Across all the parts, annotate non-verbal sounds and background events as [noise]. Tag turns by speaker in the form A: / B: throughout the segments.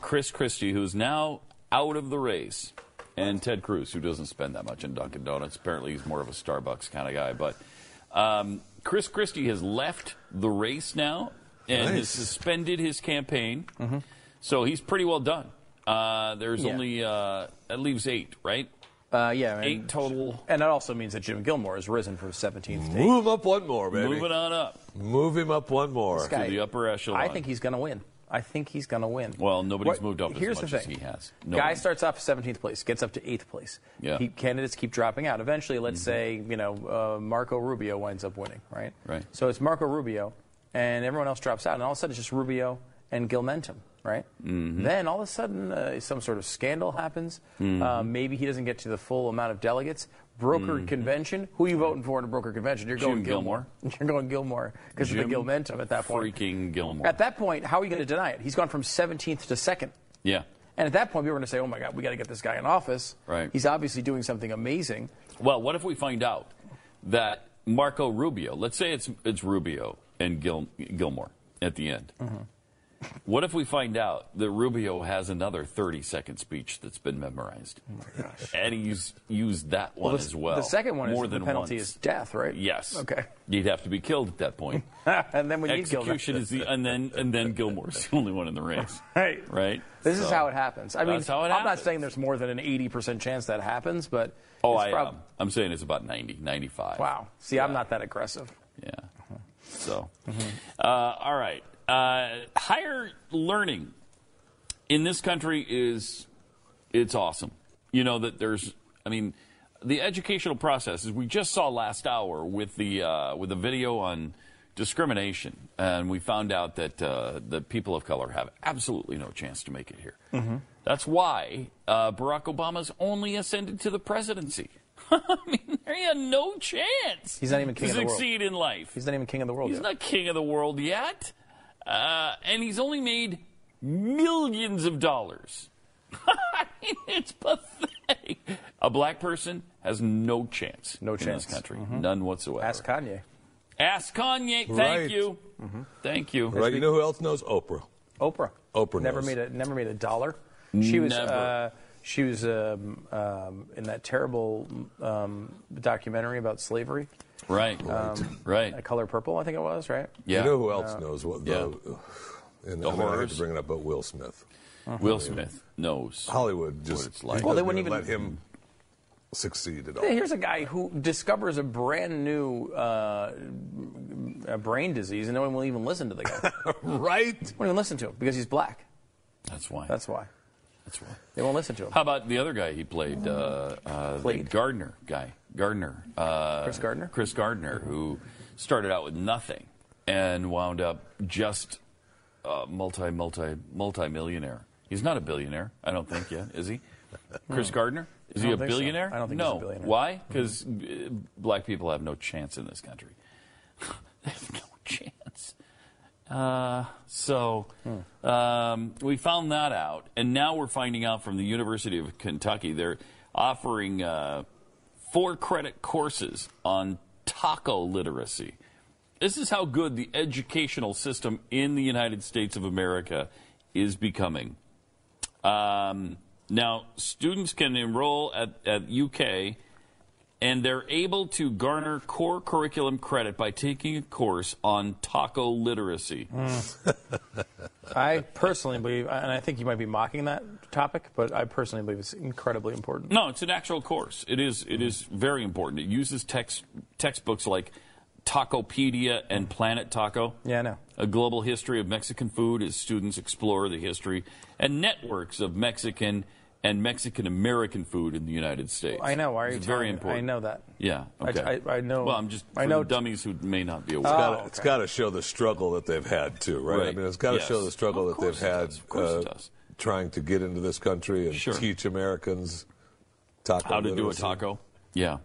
A: Chris Christie, who's now out of the race, and Ted Cruz, who doesn't spend that much in Dunkin' Donuts. Apparently, he's more of a Starbucks kind of guy. But um, Chris Christie has left the race now and has
B: Nice.
A: suspended his campaign. So he's pretty well done. Uh, there's
C: Mm-hmm. Yeah.
A: only uh, that leaves eight, right?
C: Uh, yeah, and,
A: Eight total.
C: and that also means that Jim Gilmore has risen from 17th to.
B: Move up one more, baby.
A: Moving on up
B: Move him up one more.
C: guy-
A: to the upper echelon.
C: I think he's going to win. I think he's going to win.
A: Well, nobody's
C: What-
A: moved up
C: here's
A: as
C: the
A: much as
C: thing.
A: he has.
C: Guy
A: one.
C: starts off 17th place, gets up to 8th place.
A: Yeah. Mm-hmm.
C: He, candidates keep dropping out. Eventually, let's say, you know, uh, Marco Rubio winds up winning, right?
A: Right.
C: So it's Marco Rubio, and everyone else drops out, and all of a sudden it's just Rubio and Gilmentum, right?
A: Mm-hmm.
C: Then all of a sudden uh, some sort of scandal happens. Uh, maybe he doesn't get to the full amount of delegates. Brokered convention. Who are you voting for in a brokered convention? You're going
A: Mm-hmm. Jim Gilmore.
C: [laughs] You're going Gilmore because of the
A: Jim
C: Gilmentum at that point.
A: freaking Gilmore.
C: At that point, how are you going to deny it? He's gone from 17th to 2nd.
A: yeah.
C: And at that point, we were going to say, oh my God, we got to get this guy in office.
A: Right.
C: He's obviously doing something amazing.
A: Well, what if we find out that Marco Rubio, let's say it's it's Rubio and Gil, Gilmore at the end.
C: Mm-hmm.
A: What if we find out that Rubio has another 30 second speech that's been memorized? Oh my gosh. And he's used that one
C: the,
A: as well.
C: The second one
A: More
C: is
A: than
C: the penalty
A: once.
C: is death, right?
A: Yes.
C: Okay. [laughs]
A: You'd have to be killed at that point.
C: and then we need Gilmore.
A: Execution is the and then and then Gilmore's the only one in the
C: [laughs]
A: race.
C: Right.
A: Right?
C: This is
A: So-
C: how it happens. I mean,
A: That's how it
C: I'm not
A: happens.
C: saying there's more than an 80% chance that happens, but
A: Oh,
C: it's
A: I
C: prob-
A: am. I'm saying it's about 90, 95.
C: Wow. See, I'm not that aggressive.
A: Yeah. So,
C: Mm-hmm.
A: uh, all right. Uh, higher learning in this country is it's awesome. You know that there's, I mean, the educational process is we just saw last hour with the uh, with the video on discrimination, and we found out that uh, the people of color have absolutely no chance to make it here.
C: Mm-hmm.
A: That's why uh, Barack Obama's only ascended to the presidency. [laughs] I mean, he had no chance.
C: He's not even king
A: to
C: of the world.
A: succeed in life.
C: He's not even king of the world
A: He's
C: yet.
A: not king of the world yet. Uh, and he's only made millions of dollars. [laughs] I mean, it's pathetic. A black person has no chance.
C: No
A: in
C: chance.
A: this
C: Mm-hmm.
A: country. None whatsoever.
C: Ask Mm-hmm. Kanye.
A: Ask Kanye. Thank
B: Right.
A: you. Thank you.
B: Right? You know who else knows? Oprah.
C: Oprah.
B: Oprah
C: never
B: knows.
C: made a never made a dollar. She was
A: Never.
C: Uh, she was um, um, in that terrible um, documentary about slavery,
A: Right.
C: A
A: right.
C: Color Purple, I think it was, right?
A: Yeah.
B: You know who else knows what the. [sighs] And, I, mean, I hate
A: horrors.
B: to bring it up, but Will Smith.
A: Will Smith knows.
B: Hollywood just
A: it's like.
C: Well, they
B: doesn't
C: wouldn't
B: let
C: even-
B: him succeed at all.
C: Hey, Here's a guy who discovers a brand new uh, a brain disease, and no one will even listen to
A: [laughs]
C: the guy.
B: right?
C: won't even listen to him because he's black.
A: That's why.
C: That's why
A: That's why.
C: they won't listen to him.
A: How about the other guy he played? Uh, uh, the
C: Played.
A: Gardner guy. Gardner. Uh,
C: Chris Gardner?
A: Chris Gardner, who started out with nothing and wound up just uh, multi, multi, multi millionaire. He's not a billionaire, I don't think yet, is he? Chris Gardner? Is
C: Hmm. I
A: he a
C: don't think so.
A: billionaire?
C: I don't think
A: no.
C: he's a billionaire. Mm-hmm.
A: Why? Because black people have no chance in this country. [laughs] There's no chance. Uh, so
C: Hmm.
A: um, we found that out, and now we're finding out from the University of Kentucky they're offering uh, four credit courses on taco literacy. This is how good the educational system in the United States of America is becoming. Um, now, students can enroll at, at UK and they're able to garner core curriculum credit by taking a course on taco literacy.
C: I personally believe, and I think you might be mocking that topic, but I personally believe it's incredibly important.
A: No, it's an actual course. It is it is very important. It uses text textbooks like Tacopedia and Planet Taco.
C: Yeah, I know.
A: A global history of Mexican food as students explore the history and networks of Mexican and Mexican American food in the United States.
C: I know. Why are you
A: it's very
C: telling me?
A: important.
C: I know that.
A: Yeah.
C: I-
A: Okay.
C: I- I know-
A: Well, I'm just
C: I
A: for
C: know-
A: the dummies who may not be aware.
C: Oh,
B: Gotta- It's got to show the struggle that they've had, too, right? I
A: Right.
B: mean, it's got to
A: Yes.
B: show the struggle
A: Of
B: that they've
A: course it
B: had uh,
A: does. Of course it does.
B: trying to get into this country and
A: Sure.
B: teach Americans taco
A: How to do a
B: literacy.
A: taco. Yeah.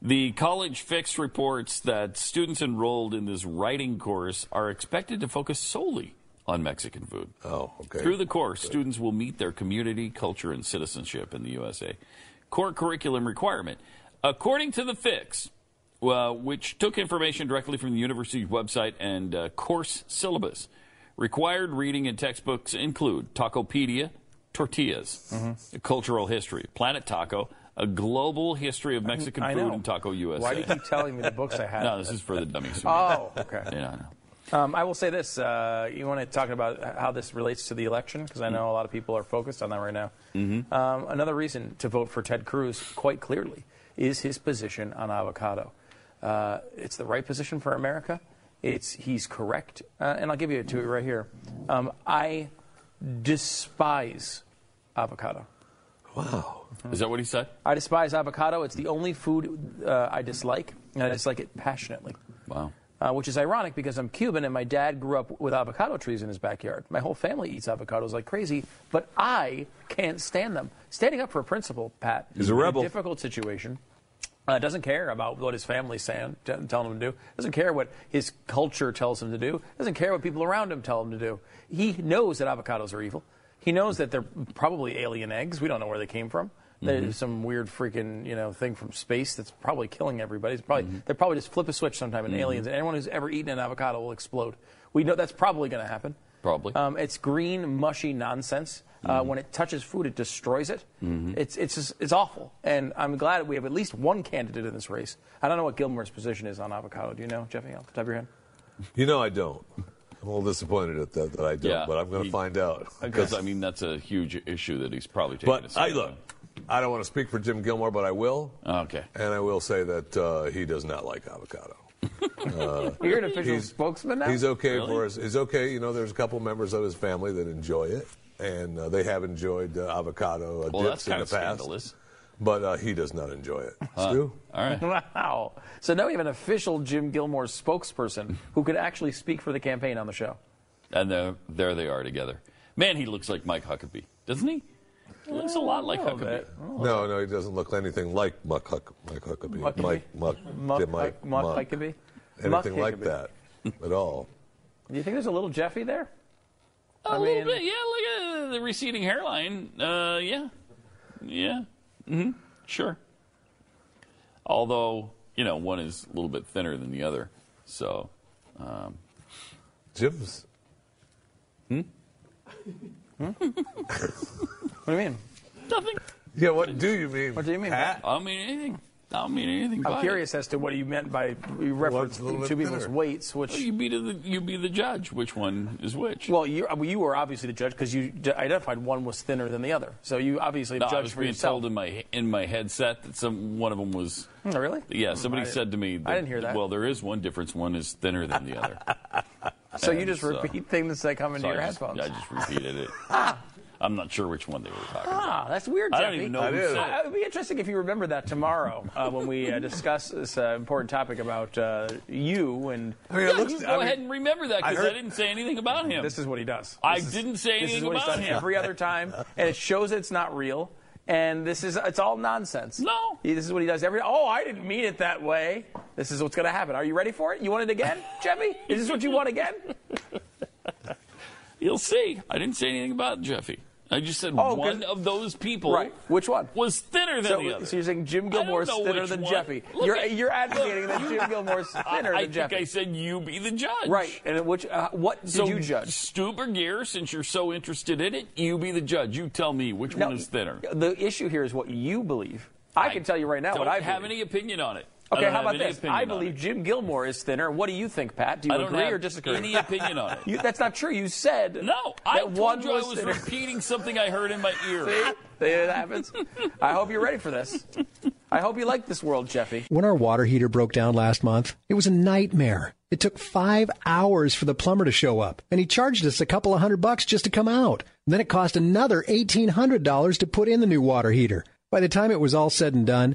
A: The College Fix reports that students enrolled in this writing course are expected to focus solely on Mexican food.
B: Oh, okay.
A: Through the course, students will meet their community, culture, and citizenship in the USA. Core curriculum requirement. According to the fix, uh, which took information directly from the university's website and uh, course syllabus, required reading in textbooks include Tacopedia, Tortillas,
C: Mm-hmm.
A: Cultural History, Planet Taco, A Global History of Mexican
C: I
A: Food,
C: know.
A: and Taco USA.
C: Why do you keep telling me the books I have?
A: uh, [laughs] no, this is for the dummies.
C: Oh, okay.
A: [laughs] Yeah, I know.
C: Um, I will say this. Uh, you want to talk about how this relates to the election? Because I
A: Mm-hmm.
C: know a lot of people are focused on that right now. Um, another reason to vote for Ted Cruz, quite clearly, is his position on avocado. Uh, it's the right position for America. It's he's correct, uh, and I'll give you to it right here. Um, I despise avocado.
B: Wow.
A: Is that what he said?
C: I despise avocado. It's the only food uh, I dislike, and I dislike it passionately
A: Wow.
C: uh, which is ironic because I'm Cuban and my dad grew up with avocado trees in his backyard. My whole family eats avocados like crazy, but I can't stand them. Standing up for a principle, Pat,
B: He's a
C: in
B: rebel.
C: difficult situation. Uh, doesn't care about what his family's saying, t- telling him to do. Doesn't care what his culture tells him to do. Doesn't care what people around him tell him to do. He knows that avocados are evil. He knows that they're probably alien eggs. We don't know where they came from. There's some weird freaking you know thing from space that's probably killing everybody. It's probably they probably just flip a switch sometime in aliens, and anyone who's ever eaten an avocado will explode. We know that's probably going to happen.
A: Probably.
C: Um, it's green, mushy nonsense. Uh,
B: Mm-hmm.
C: when it touches food, it destroys it. It's, it's, just, it's awful. And I'm glad we have at least one candidate in this race. I don't know what Gilmore's position is on avocado. Do you know, Jeffy, off the top of your
B: [laughs]
C: head?
B: You know I don't. I'm a little disappointed at that that I don't,
A: Yeah.
B: but I'm going
A: He-
B: to
A: [laughs]
B: find out.
A: Because, I mean, that's a huge issue that he's probably taking a
B: But I
A: stand
B: look. I don't want to speak for Jim Gilmore, but I will.
A: on. Okay.
B: And I will say that uh, he does not like avocado.
C: You're an official spokesman now?
B: He's okay for us. He's okay. You know, there's a couple members of his family that enjoy it, and uh, they have enjoyed uh, avocado uh,
A: Well,
B: dips
A: that's
B: in
A: kind
B: the
A: of
B: past.
A: scandalous.
B: But uh, he does not enjoy it. Stu?
A: All right.
C: wow. So now we have an official Jim Gilmore spokesperson who could actually speak for the campaign on the show.
A: And there, there they are together. Man, he looks like Mike Huckabee, doesn't he? He looks a lot like
C: A little
A: Huckabee.
C: bit.
B: No, no, he doesn't look anything like Muck Huck, Mike Huckabee.
C: Muckabee?
B: Mike, Muck,
C: Muck,
B: yeah, Mike,
C: Huck- Muck
B: Muck.
C: Huckabee? Muck
B: Anything like
C: Huckabee.
B: that at all.
C: Do you think there's a little Jeffy there?
A: A
C: I
A: little
C: mean-
A: bit, yeah. Look at the receding hairline. Uh, yeah, yeah. Mm-hmm. Sure. Although you know, one is a little bit thinner than the other. So, um,
B: Jim's.
C: What do you mean?
A: nothing.
B: Yeah, what do you mean?
C: What do you mean?
B: Pat?
A: I don't mean anything. I don't mean anything. by
C: I'm
A: it.
C: curious as to what you meant by you referenced
B: a little
C: two
B: bit
C: people's
B: thinner.
C: weights, which
A: You be the you be the judge. Which one is which?
C: Well, you, uh, well, you were obviously the judge because you d- identified one was thinner than the other. So you obviously
A: No, I
C: judged
A: was
C: for
A: being
C: yourself.
A: told in my in my headset that some one of them was.
C: Oh, really?
A: Yeah, somebody
C: I-
A: said to me. That,
C: I didn't hear that.
A: Well, there is one difference. One is thinner than the
C: [laughs]
A: other.
C: So you
A: And
C: just
A: so-
C: repeat things that come into
A: So
C: your
A: I just,
C: headphones.
A: I just repeated
C: [laughs]
A: it. I'm not sure which one they were talking about.
C: ah, that's weird,
A: I
C: Jeffy.
A: don't even know
B: I
A: who
B: do.
A: said it.
C: I- it would be interesting if you remember that tomorrow uh, when we uh, discuss this uh, important topic about uh, you and
B: I mean, it
A: Yeah,
B: looks,
A: you go
B: I mean,
A: ahead and remember that
B: I
A: because I,
B: heard-
A: didn't say anything about him.
C: this is what he does.
A: I
C: This is-
A: didn't say
C: This is
A: anything
C: what
A: about
C: he's done
A: him.
C: every other time, and it shows it's not real. And this is it's all nonsense.
A: No.
C: He- This is what he does every Oh, I didn't mean it that way. This is what's going to happen. Are you ready for it? You want
A: [laughs]
C: it again, Jeffy? Is this what you want again?
A: You'll see. I didn't say anything about Jeffy. I just said
C: Oh,
A: one
C: 'cause-
A: of those people
C: Right. Which one?
A: was thinner than
C: So,
A: the other.
C: so you're saying Jim Gilmore's
A: know
C: thinner
A: which
C: than
A: one.
C: Jeffy.
A: Look
C: You're,
A: at-
C: you're advocating
A: [laughs]
C: that Jim Gilmore's thinner
A: I think
C: than Jeffy.
A: I said you be the judge.
C: right. And which? Uh, what did
A: So
C: you judge?
A: Stuber Gear, since you're so interested in it, you be the judge. You tell me which one is thinner.
C: The issue here is what you believe. I, can tell you right now
A: don't
C: what I
A: have any
C: believe.
A: opinion on it. I
C: okay,
A: don't
C: how
A: have
C: about
A: any
C: this?
A: opinion
C: I
A: on
C: believe
A: it.
C: Jim Gilmore is thinner. What do you think, Pat? Do you
A: I don't
C: agree
A: have
C: or disagree?
A: any opinion on it.
C: [laughs] You- that's not true. You said
A: No, I
C: that
A: told
C: one
A: you I
C: was,
A: was
C: thinner.
A: repeating something I heard in
C: [laughs]
A: my ear.
C: See? See, it happens. I hope you're ready for this. I hope you like this world, Jeffy.
D: When our water heater broke down last month, it was a nightmare. It took five hours for the plumber to show up, and he charged us a couple of hundred bucks just to come out. And then it cost another $1,800 to put in the new water heater. By the time it was all said and done,